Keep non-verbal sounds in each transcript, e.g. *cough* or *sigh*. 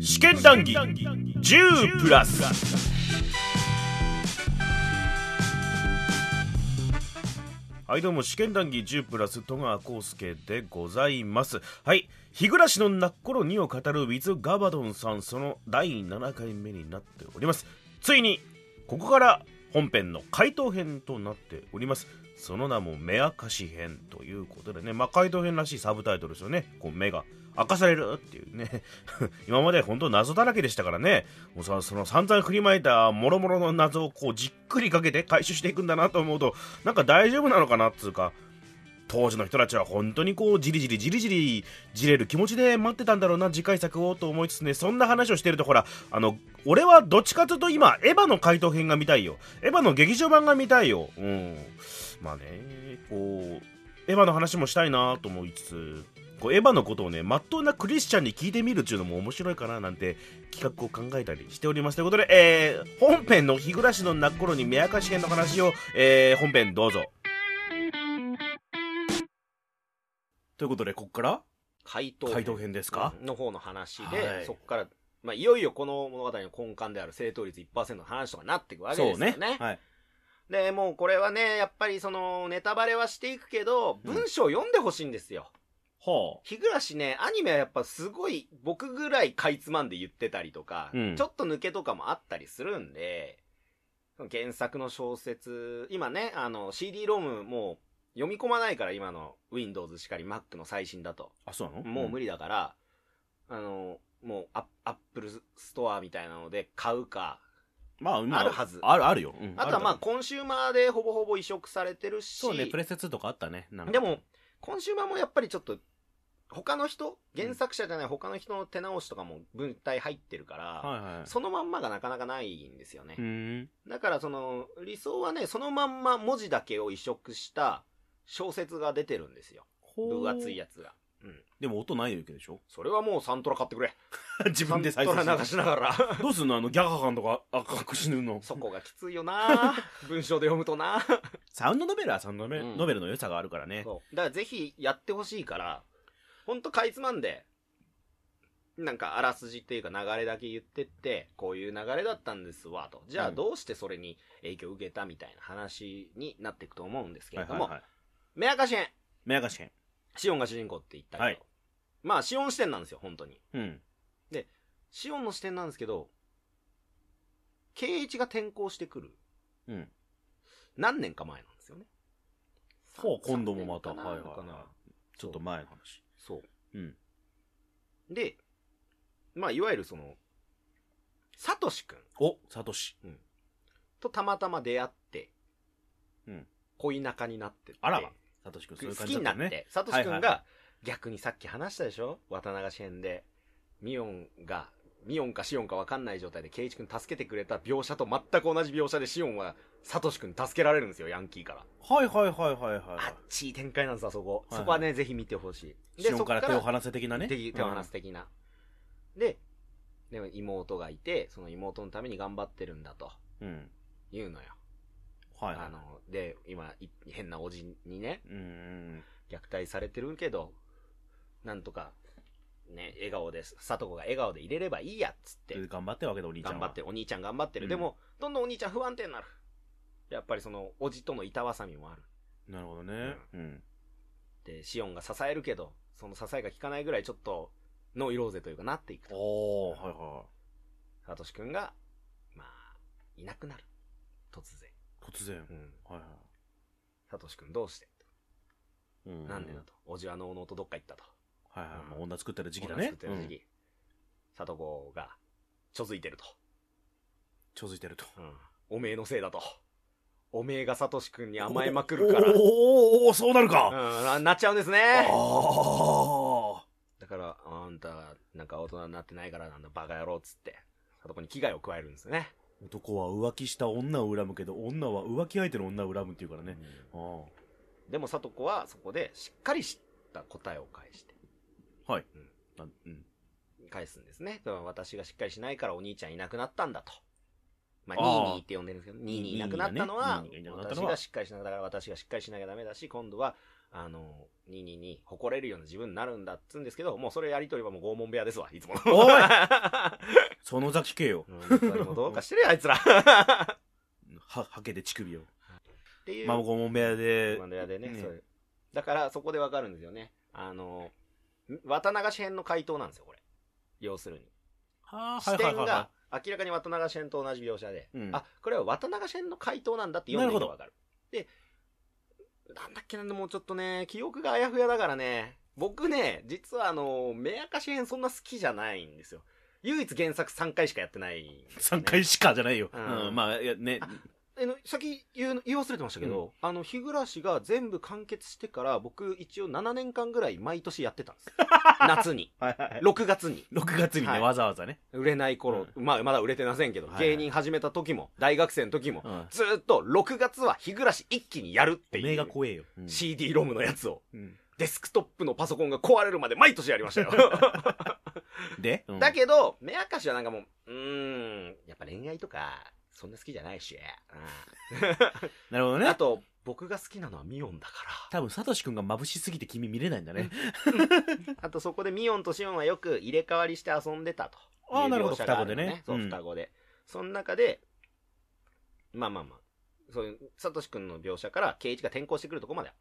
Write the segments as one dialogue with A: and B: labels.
A: 試験談義10プラスはいどうも試験談義10プラス戸川浩介でございますはい日暮らしのなっころ2を語る with ガバドンさんその第7回目になっておりますついにここから本編の回答編となっておりますその名も目明かし編ということでね、まあ、回答編らしいサブタイトルですよね。こう目が明かされるっていうね。 *laughs* 今まで本当謎だらけでしたからね。もうさ、その散々振りまいた諸々の謎をこうじっくりかけて回収していくんだなと思うと、なんか大丈夫なのかなっつうか、当時の人たちは本当にこうじりじりじりじりじれる気持ちで待ってたんだろうな次回作をと思いつつねそんな話をしてるとほらあの俺はどっちかというと今エヴァの回答編が見たいよエヴァの劇場版が見たいようんまあねこうエヴァの話もしたいなと思いつつこうエヴァのことをねまっとうなクリスチャンに聞いてみるっていうのも面白いかななんて企画を考えたりしておりますということで、えー、本編の日暮らしの泣く頃に目明かし編の話を、えー、本編どうぞということでここから
B: 回答
A: 回答編ですか
B: の方の話で、
A: はい
B: そこから、まあ、いよいよこの物語の根幹である正答率1%の話とかになっていくわけですよね。
A: はい、
B: で、もうこれはね、やっぱりその、ネタバレはしていくけど、
A: うん
B: 文章を読んでほしいんですよ。
A: は
B: 日暮らしね、アニメはやっぱすごい、僕ぐらいかいつまんで言ってたりとか、
A: うん
B: ちょっと抜けとかもあったりするんで、原作の小説、今ね、あの、CD ロームもう読み込まないから、今の Windows しかり Mac の最新だと。
A: ああそうなの
B: もう無理だから、あの、もうアッアップルストアみたいなので買うか、
A: まあ、ま
B: あるはず
A: あるあるよ、うん
B: あとはまあ
A: る
B: コンシューマーでほぼほぼ移植されてるし、
A: そうねプレセ2とかあったねなんか
B: でも、コンシューマーもやっぱりちょっと、他の人、原作者じゃない他の人の手直しとかも文体入ってるから、
A: はいはい
B: そのまんまがなかなかないんですよね。
A: うーん
B: だからその、理想はね、そのまんま文字だけを移植した小説が出てるんですよ。
A: ほう
B: 分厚いやつが。
A: でも音ないわけでし
B: *laughs*
A: ょ
B: それはもうサントラ買ってくれ。
A: 自分で
B: サン
A: 再
B: ト
A: 生
B: ラ流しながら。
A: どうすんのあのギャガガンとかあ隠しぬの
B: そこがきつい
A: *laughs*
B: よな文章で読むとな
A: サウンドノベルはサウンドノベル,、
B: うん
A: ノベルの良さがあるからね
B: そうだからぜひやってほしいから、ほんとかいつまんで、なんかあらすじっていうか流れだけ言ってって、こういう流れだったんですわと。じゃあ
A: うん
B: どうしてそれに影響を受けたみたいな話になっていくと思うんですけ
A: は
B: れ
A: い
B: ど
A: はい
B: も
A: は、い
B: 目明かし編
A: 目明かし編
B: シオンが主人公って言ったけど、
A: はい
B: まあシオン視点なんですよ、本当に。
A: うん
B: シオンの視点なんですけど、圭一が転校してくる
A: うん
B: 何年か前なんですよね。
A: ほう
B: さん
A: 今度もまた
B: 三年かな
A: はいはい
B: なのかな
A: ちょっと前の話
B: そう。
A: うん
B: で、まあ、いわゆるその、サトシくん
A: おサトシ
B: とたまたま出会って、
A: うん
B: 恋仲になってって
A: あらまサトシ君そういう
B: 好
A: 感
B: き
A: じ
B: に
A: だ
B: な
A: っ
B: った
A: ね
B: て、サトシ
A: は
B: くん
A: いは
B: が、逆にさっき話したでしょ渡流し編で、ミオンが、ミオンかシオンか分かんない状態で、ケイイチくん助けてくれた描写と全く同じ描写で、シオンは、サトシくん助けられるんですよ、ヤンキーから。
A: はいはいはいはいはい
B: あっちい展開なんですあそこ。
A: はいはい
B: そこはね、ぜひ見てほしい。
A: シオンから
B: そっ
A: 手を離せ的なね
B: 手手を離す的な。で、でも妹がいて、その妹のために頑張ってるんだと
A: うんうん
B: 言うのよ。
A: はいはい
B: あの、で、今、い変なおじにね、
A: うーん
B: 虐待されてるけど、なんとか、ね、笑顔です。里子が笑顔で入れればいいやっ、つって。
A: 頑張ってるわけでお兄ちゃん
B: 頑
A: は
B: 張ってる、お兄ちゃん頑張ってる。
A: うん
B: でも、どんどんお兄ちゃん不安定になる。やっぱりその、おじとの板挟みもある。
A: なるほどねうん
B: で、シオンが支えるけど、その支えが効かないぐらいちょっと、ノイローゼというかなっていくと。
A: おおはいは
B: サトシくんが、まあ、いなくなる。突然。
A: い突然
B: うん。
A: はいは
B: サトシくんどうして、
A: いうん
B: なんでだと。おじはのうのうとどっか行ったと。
A: はいはいもう
B: うん
A: 女作ってる時期だ
B: 女
A: ね
B: 作ってる時期。サトコが、ちょづいてると。
A: ちょづいてると
B: うん。おめえのせいだと。おめえがサトシくんに甘えまくるから。
A: おー
B: う
A: おーおーそうなるか
B: んな、なっちゃうんです
A: あ
B: ね。
A: あ
B: だから、あんた、なんか大人になってないからなんだ、バカ野郎っつって、サトコに危害を加えるんですね。
A: 男は浮気した女を恨むけど女は浮気相手の女を恨むっていうからねああ
B: でもサトコはそこで、しっかりした答えを返して。
A: はい
B: うん
A: あうん
B: 返すんですね。だから私がしっかりしないからお兄ちゃんいなくなったんだと。まあ、
A: あー
B: ニーニーって呼んでるんですけど、ニーニーいなくなったのは
A: ニーニーがねニーニーがいなくなったのは
B: 私がしっかりしなきゃだから私がしっかりしなきゃダメだし、今度はあの、ににに誇れるような自分になるんだっつうんですけど、もうそれやりとりはもう拷問部屋ですわ、いつもの。
A: お
B: *laughs*
A: いそのざきけよ。
B: うんそれもどうかしてるよ、あい *laughs* つら。
A: は、はけで乳首を。
B: っていう。
A: まあ、ごもんべやで
B: マ。ンド屋でね、
A: ね
B: そういうだからそこでわかるんですよねあの渡流し編の回答なんですよこれ要するに
A: はあ
B: 視点が明らかに渡流し編と同じ描写で、
A: うん
B: あこれは渡流し編の回答なんだって読んでみればわかるでなんだっけなんでもうちょっとね記憶があやふやだからね僕ね実はあの目明かし編そんな好きじゃないんですよ唯一原作3回しかやってないんですよね、
A: 3回しかじゃないよ。
B: う
A: うんん、まあ、いやね。
B: あの先言う言い忘れてましたけど、あの日暮らしが全部完結してから僕一応7年間ぐらい毎年やってたんです
A: *laughs*
B: 夏に
A: はいはい。
B: 6月に
A: 6月に
B: は
A: ね、
B: い
A: わざわざね。
B: 売れない頃、まあ、まだ売れてませんけど、
A: はいはい
B: 芸人始めた時も大学生の時も、
A: うん。
B: ずーっと6月は日暮らし一気にやるって
A: お
B: い
A: めえ
B: う
A: が怖えよ。うん
B: CD ロムのやつを
A: うん
B: デスクトップのパソコンが壊れるまで毎年やりましたよ
A: でうん
B: *laughs* だけど目明かしはなんかもううーんやっぱ恋愛とかそんな好きじゃないし、
A: なるほど
B: うんあ
A: ね。
B: と僕が好きなのはミオンだから
A: 多分、サトシ君が眩しすぎて君見れないんだね。
B: あとそこでミオンとシオンはよく入れ替わりして遊んでたと。
A: あーなるほど
B: いう描写があの
A: 双子でね
B: そう、
A: うん
B: 双子で。その中で、まあまあまあ、そういう、サトシ君の描写から、ケイイチが転校してくるとこまで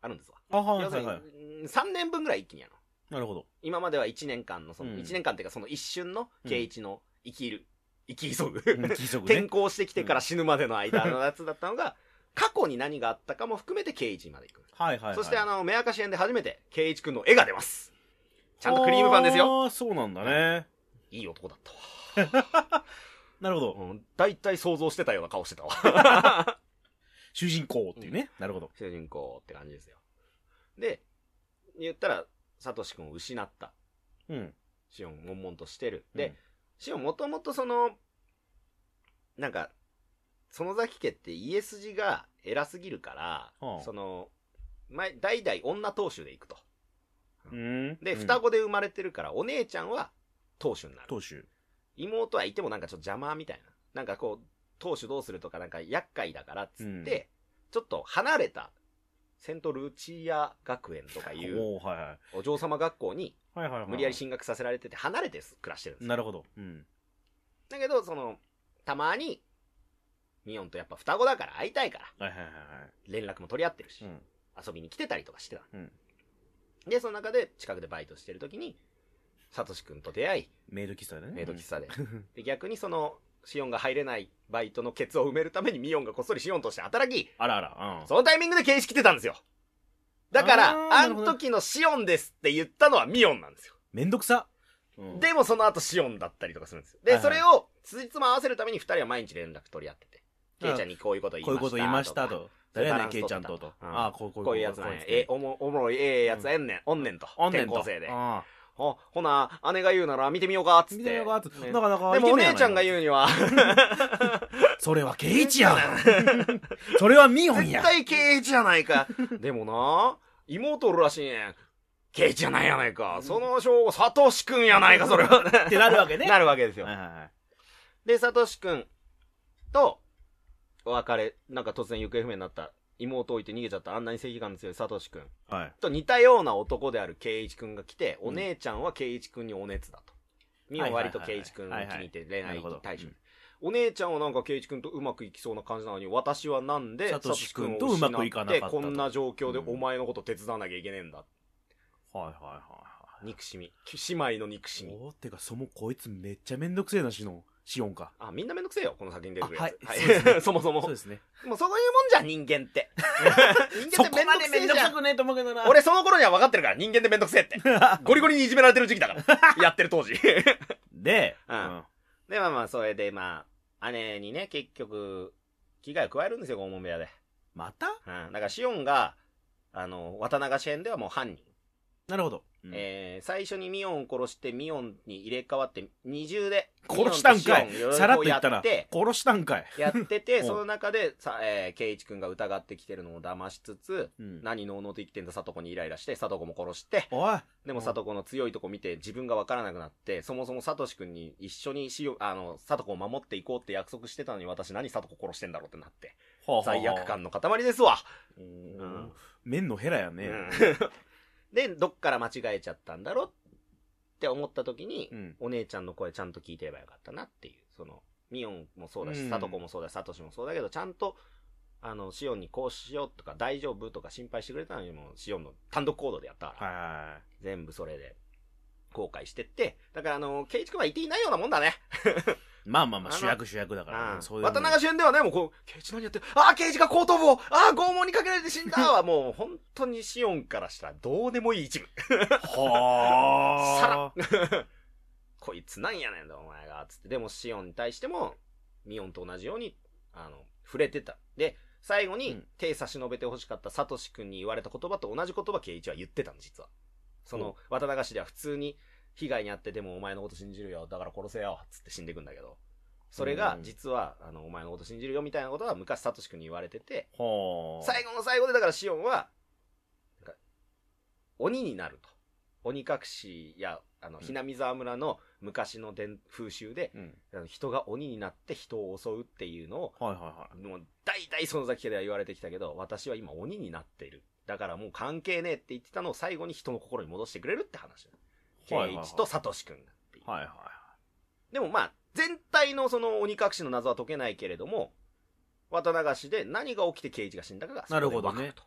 B: あるんですわ。
A: あは
B: 要するに、3年分ぐらい一気にやるの。
A: なるほど。
B: 今までは1年間の、その、
A: うん
B: 1年間っていうかその一瞬のケイイチの生きる、生き急ぐ、
A: うん規則
B: *laughs* 転
A: ね。
B: 校してきてから死ぬまでの間のやつだったのが、過去に何があったかも含めてケイイチにまで行く。
A: はいはいはい。
B: そしてあ
A: の、
B: の、目明かし園で初めて、圭一くんの絵が出ます。ちゃんとクリームパンですよ。
A: ああ、そうなんだね。
B: いい男だったわ。
A: なるほど。
B: うん、だいたい想像してたような顔してたわ。
A: 主人公っていうね。なるほど。
B: 主人公って感じですよ。で、言ったら、サトシくんを失った。
A: うん。
B: シオン、悶々としてる。
A: で
B: で、、シオンもともとその、なんか、園崎家って家筋が偉すぎるから、
A: はあ
B: その、前、代々女当主で行くと。
A: うん。
B: で、
A: うん
B: 双。子で生まれてるから、お姉ちゃんは当主になる。
A: 当主。
B: 妹はいてもなんかちょっと邪魔みたいな。なんかこう、当主どうするとかなんか厄介だからっつって、
A: うん
B: ちょっと離れた、セントルチア学園とかいう
A: おーはいはい。
B: お嬢様学校に
A: はいはいはい。
B: 無理やり進学させられてて離れて暮らしてるんですよ。
A: なるほど。うん。
B: だけど、その、たまに、ミオンとやっぱ双子だから会いたいから、
A: はいはいはいは
B: 連絡も取り合ってるし、
A: い。うん。
B: 遊びに来てたりとかしてた。
A: うん
B: で、その中で近くでバイトしてる時に、サトシ君と出会い、
A: メイド喫茶だね。
B: メイド喫茶で。 *laughs* で、逆にその、シオンが入れないバイトのケツを埋めるためにミオンがこっそりシオンとして働き、
A: あらあら。うん。
B: そのタイミングで形式来てたんですよ。だから、
A: あー
B: あ
A: なるほ
B: の
A: ど
B: 時のシオンですって言ったのはミオンなんですよ。
A: めんどくさ。うん、
B: でもその後シオンだったりとかするんですよ。
A: は
B: で、
A: い
B: そ
A: はい
B: れを、つじつま合わせるために二人は毎日連絡取り合ってて。ケイちゃんにこういうこと言い
A: こう
B: ま
A: いう
B: した。
A: こと言いました。と。誰やねん、ケイちゃんとと。
B: うん
A: ああ、こうこう
B: こういうやつなんや。え、
A: お、
B: おも、おもろい、ええやつえんねん、おんねんと。
A: あんねんと。
B: 転校生で。
A: ああ
B: ほ、ほな、姉が言うなら見てみようか、つって。
A: みたいなのがあって
B: ね
A: なかなか。
B: でもお姉ちゃんが言うには、
A: それはケイチや
B: *laughs*
A: ん。それはミオン
B: 絶
A: や。
B: 対圭一じゃな
A: *laughs*
B: いか。でもな、妹おるらしいねん。圭一じゃないやないか。その称号、サトシくんやないか、それは。
A: ってなるわけね。
B: なるわけですよ
A: は。いはいはい。
B: で、サトシくんと、お別れ、なんか突然行方不明になった。妹を置いて逃げちゃった。あんなに正義感の強いサトシくん。
A: はい。
B: と似たような男である圭一くんが来て、お姉ちゃんは圭一くんにお熱だと。みは割と圭一くんを気に入って恋
A: な
B: 愛
A: るほど
B: 対象。お姉ちゃんはなんか圭一くんとうまくいきそうな感じなのに、私はなんで、
A: サトシ君と
B: サトシ君を失
A: うまくいかなかったと
B: こんな状況で
A: うん
B: お前のこと手伝わなきゃいけねえんだ。
A: はいはいはいはい。
B: 憎しみ。姉妹の憎しみ。
A: おーてか、そもこいつめっちゃめんどくせえなしの、シオンか。
B: あ、みんなめんどくせえよ、この先に出てくるやつ。
A: あはいそうですね
B: *laughs* そもそも。
A: そうですね。
B: もうそういうもんじゃん、人間 *laughs* って。
A: そ
B: 人間っ
A: こ
B: てめんど
A: ま
B: く
A: で
B: せ
A: め
B: え
A: ん
B: じ
A: どく
B: ゃ
A: さ
B: ん。
A: くねえと思うけどな。
B: 俺その頃には分かってるから、人間ってめんどくせえって。ゴリゴリにいじめられてる時期だから。 *laughs* やってる当時。で、
A: *laughs* で、
B: うんまあまあ、それでまあ、姉にね、結局、危害を加えるんですよ、拷問部屋で。
A: また
B: うん。だから、シオンが、あの、渡流し編ではもう犯人。
A: なるほど。
B: えー最初にミオンを殺してミオンに入れ替わって二重で
A: 殺したんかい
B: ミオンとシオン
A: さらっと言ったら
B: やて、
A: 殺したんかい。
B: やって
A: *laughs*
B: て
A: うん
B: その中でさ、えー、圭一君が疑ってきてるのを騙しつつ何のうのうと生きてんだ佐子にイライラして佐子も殺して
A: おい、
B: でも
A: うん
B: 佐子の強いとこ見て自分が分からなくなってそもそもサトシ君に一緒にしようあの佐子を守っていこうって約束してたのに私何佐子殺してんだろうってなって罪悪感の塊ですわ、
A: お
B: うん
A: ー。麺のヘラやね。
B: うん *laughs* でどっから間違えちゃったんだろうって思った時に、
A: うん
B: お姉ちゃんの声ちゃんと聞いてればよかったなっていうそのミオンもそうだ
A: う
B: し
A: ん
B: サトコもそうだしサトシもそうだけどちゃんとあのシオンにこうしようとか大丈夫とか心配してくれたのにもシオンの単独行動でやったから、
A: は
B: 全部それで後悔してってだからあのケイチ君はいていないようなもんだね
A: い。まあまあまあ、
B: あの
A: 主役主役だから
B: う
A: ね。
B: ん
A: そういうの
B: 渡辺主演ではねもうこうケイチ何やってるああケイチが後頭部をああ拷問にかけられて死んだ
A: *laughs*
B: はもう本当にシオンからしたらどうでもいい一部
A: はあ。
B: こいつなんやねんだお前が、つって。でもシオンに対しても、ミオンと同じように、あの、触れてた。で、最後に、
A: うん
B: 手差し伸べて欲しかったサトシ君に言われた言葉と同じ言葉、圭一は言ってたの、実は。その、渡流しでは普通に、被害に遭ってでもお前のこと信じるよ、だから殺せよ、つって死んでくんだけど。それが
A: う、ん
B: 実は、あの、お前のこと信じるよ、みたいなことは昔サトシ君に言われてて、
A: はあ。
B: 最後の最後でだからシオンは、なんか鬼になると。鬼隠しや、あの、
A: うん
B: ひなみざわ村の昔の伝風習で、
A: うん。
B: あの人が鬼になって人を襲うっていうのを、
A: はいはいは
B: もう代々その先では言われてきたけど、私は今鬼になっている。だからもう関係ねえって言ってたのを最後に人の心に戻してくれるって話。
A: い。はいはい
B: 圭
A: はい
B: 一とサトシ君がっていう。
A: はいはい。
B: でもまあ、全体のその鬼隠しの謎は解けないけれども、渡流しで何が起きて圭一が死んだかが、
A: なるほどね
B: そこで分かと。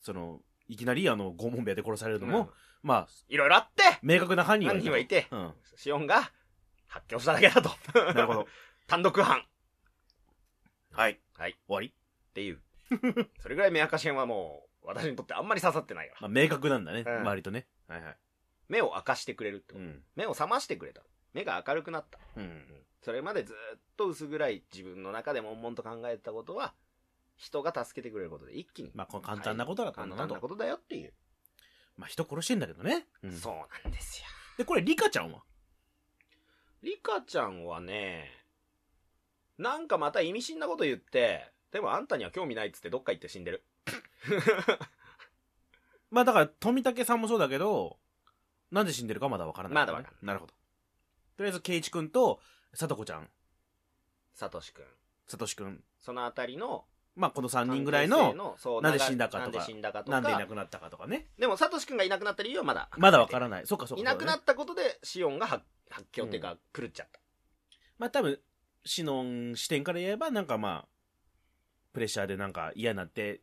A: その、いきなりあの、拷問部屋で殺されるのも、まあ、
B: いろいろあって、
A: 明確な犯人
B: 犯人はいて、 *laughs*
A: うん。
B: シオンが発狂しただけだと。
A: なるほど。
B: *laughs* 単独犯っ
A: はい。
B: はい。
A: 終わり
B: ていう。それぐらい目明かし編はもう、私にとってあんまり刺さってないから。
A: まあ、明確なんだね。
B: うん
A: 割とね。はいはい。
B: 目を明かしてくれるって
A: う
B: こと。
A: ん。
B: 目を覚ましてくれた。目が明るくなった。
A: うん。
B: それまでずっと薄暗い自分の中で悶々と考えてたことは、人が助けてくれることで一気に。
A: まあ、こう簡単なことだったん
B: 簡
A: だな
B: 単
A: と
B: な。ことだよっていう。
A: まあ、人殺してんだけどね。うん
B: そうなんですよ。
A: で、これ、リカちゃんは
B: リカちゃんはね、なんかまた意味深なこと言って、でもあんたには興味ないっつってどっか行って死んでる。 *laughs*
A: まあ、だから、富武さんもそうだけど、なんで死んでるかまだわからない、
B: まだわから
A: なるほど。とりあえず、ケイチくんと、さとこちゃん、
B: サトシ君。
A: さとしくん、
B: そのあたりの
A: まあ、この3人ぐらい
B: 関係性
A: の、
B: そう
A: なんで死んだかとか
B: なんで死んだかと
A: な
B: か
A: んでいなくなったかとかね。
B: でもサトシ君がいなくなった理由はまだ
A: まだわから
B: な
A: ない。そうか、そうか。
B: いなくな
A: そうだね
B: ったことでシオンが発発狂っていうか狂っちゃった、
A: まあ、多分、シノン視点から言えば、なんかまあ、プレッシャーでなんか嫌になって、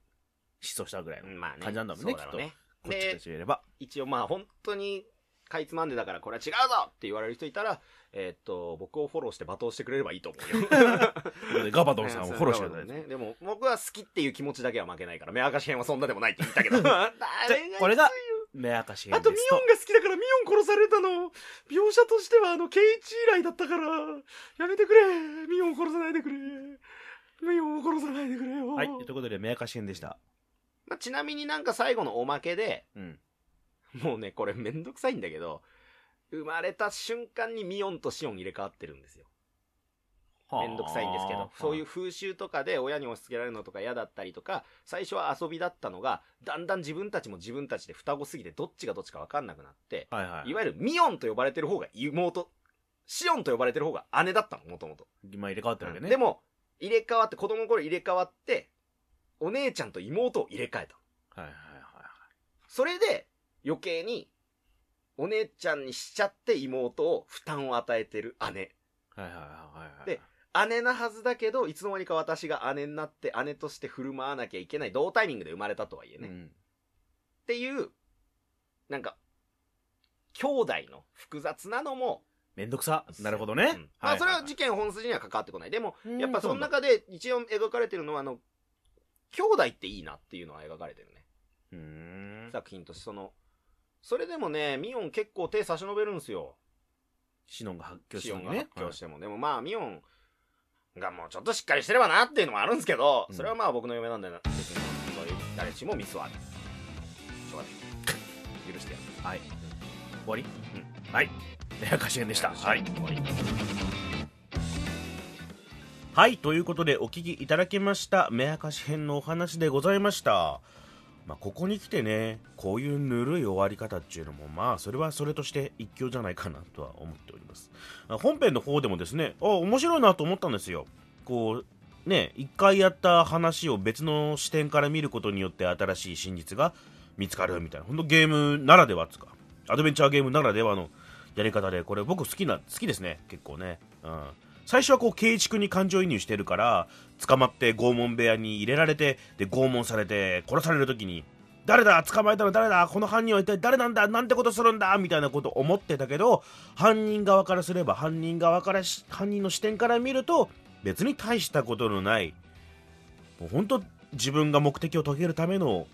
A: 失踪したぐらいの
B: まあね
A: 感じなんだもんね、
B: そう
A: きっ
B: ろ
A: と。
B: う
A: こ
B: ね
A: っち
B: で
A: たち言えれば。
B: 一応まあ本当にかいつまんでだからこれは違うぞって言われる人いたらえーっと僕をフォローして罵倒してくれればいいと思う
A: *laughs*
B: よ
A: ということでガバドンさんをフォローしてください。
B: ねでも僕は好きっていう気持ちだけは負けないから目明かし編はそんなでもないって言ったけ
A: *laughs*
B: ど
A: じゃあこれが目明かし編
B: あとミ
A: ですと
B: オン。が好きだからミオン殺されたの描写としてはあのケイチ以来だったからやめてくれミオン殺さないでくれミオンを殺さないでくれよ、
A: はい、ということで、目明かし編でした。
B: まあ、ちなみになんか最後のおまけで
A: うん。
B: もうねこれめんどくさいんだけど生まれた瞬間にミオンとシオン入れ替わってるんですよめんどくさいんですけどそういう風習とかで親に押し付けられるのとか嫌だったりとか最初は遊びだったのがだんだん自分たちも自分たちで双子すぎてどっちがどっちか分かんなくなって
A: はいはい。
B: いわゆるミオンと呼ばれてる方が妹、シオンと呼ばれてる方が姉だったの、もともと。
A: 今入れ替わってるわけね。
B: でも、入れ替わって、子供の頃入れ替わって、お姉ちゃんと妹を入れ替えたの。
A: はいはい
B: それで、余計に、お姉ちゃんにしちゃって妹を負担を与えてる姉。
A: はいはい。はいはいはいはい。
B: で、姉なはずだけど、いつの間にか私が姉になって、姉として振る舞わなきゃいけない、同タイミングで生まれたとはいえ
A: う
B: ね。っ
A: ん。
B: ていう、なんか、兄弟の複雑なのも、
A: めんどくさ。なるほど
B: う
A: ね
B: ん。まあそれは事件本筋には関わってこない。でも、やっぱその
A: 中、
B: 中で一応描かれてるのは、あの、兄弟っていいなっていうのは描かれてるね。
A: うーん。
B: 作品として、その、それでもね、ミオン結構手差し伸べるんですよ。
A: シノンが発狂し
B: シ
A: た
B: オ
A: の
B: ン
A: ね。
B: が発狂し
A: は
B: ても。でもまあ、ミオンがもうちょっとしっかりしてればなっていうのもあるんですけど、
A: うん
B: それはまあ僕の嫁なんでな、別に、そういう誰しもミスはある。しょうがない。許
C: してはい終わり、うん、はいでは歌手編でしたはい
B: 終わり
A: はい、ということでお聞きいただきました、目明かし編のお話でございました。まあ、ここに来てね、こういうぬるい終わり方っていうのも、まあ、それはそれとして一興じゃないかなとは思っております。あ本編の方でもですね、あ、面白いなと思ったんですよ。こう、ね、一回やった話を別の視点から見ることによって新しい真実が見つかるみたいな、本当ゲームならではっつうか、アドベンチャーゲームならではのやり方で、これ僕好きな、好きですね、結構ね。うん。最初はこう、圭一君に感情移入してるから、捕まって拷問部屋に入れられて、で、拷問されて、殺される時に、誰だ捕まえたの誰だこの犯人は一体誰なんだなんてことするんだみたいなこと思ってたけど、犯人側からすれば、犯人側からし、犯人の視点から見ると、別に大したことのない、もう本当自分が目的を遂げるための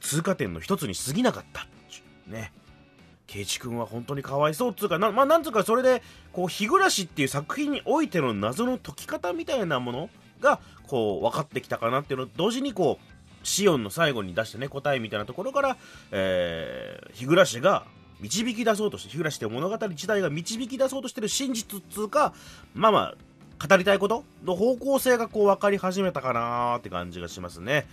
A: 通過点の一つに過ぎなかったっちゅうね。ケイチ君は本当にかわいそうっつうかな,、まあ、なんつうかそれでこう日暮らしっていう作品においての謎の解き方みたいなものがこう分かってきたかなっていうのと同時にこうシオンの最後に出したね答えみたいなところから、えー、日暮らしが導き出そうとして日暮らしって物語自体が導き出そうとしてる真実っつうかまあまあ語りたいことの方向性がこう分かり始めたかなーって感じがしますね。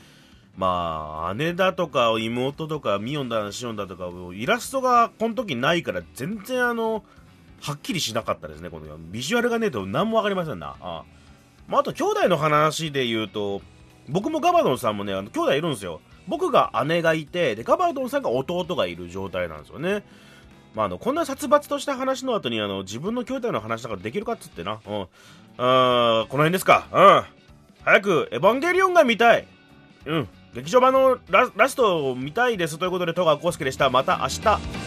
A: まあ、姉だとか妹とかミオンだシオンだとかイラストがこの時ないから全然あのはっきりしなかったですねこのビジュアルがねえと何も分かりませんなああ,、まあ、あと兄弟の話で言うと僕もガバドンさんもねあの兄弟いるんですよ僕が姉がいてでガバドンさんが弟がいる状態なんですよねまあ、あのこんな殺伐とした話の後にあの自分の兄弟の話だからできるかっつってな、うん、あーこの辺ですか、うん、早く「エヴァンゲリオン」が見たいうん、劇場版のララストを見たいですということで戸川浩介でしたまた明日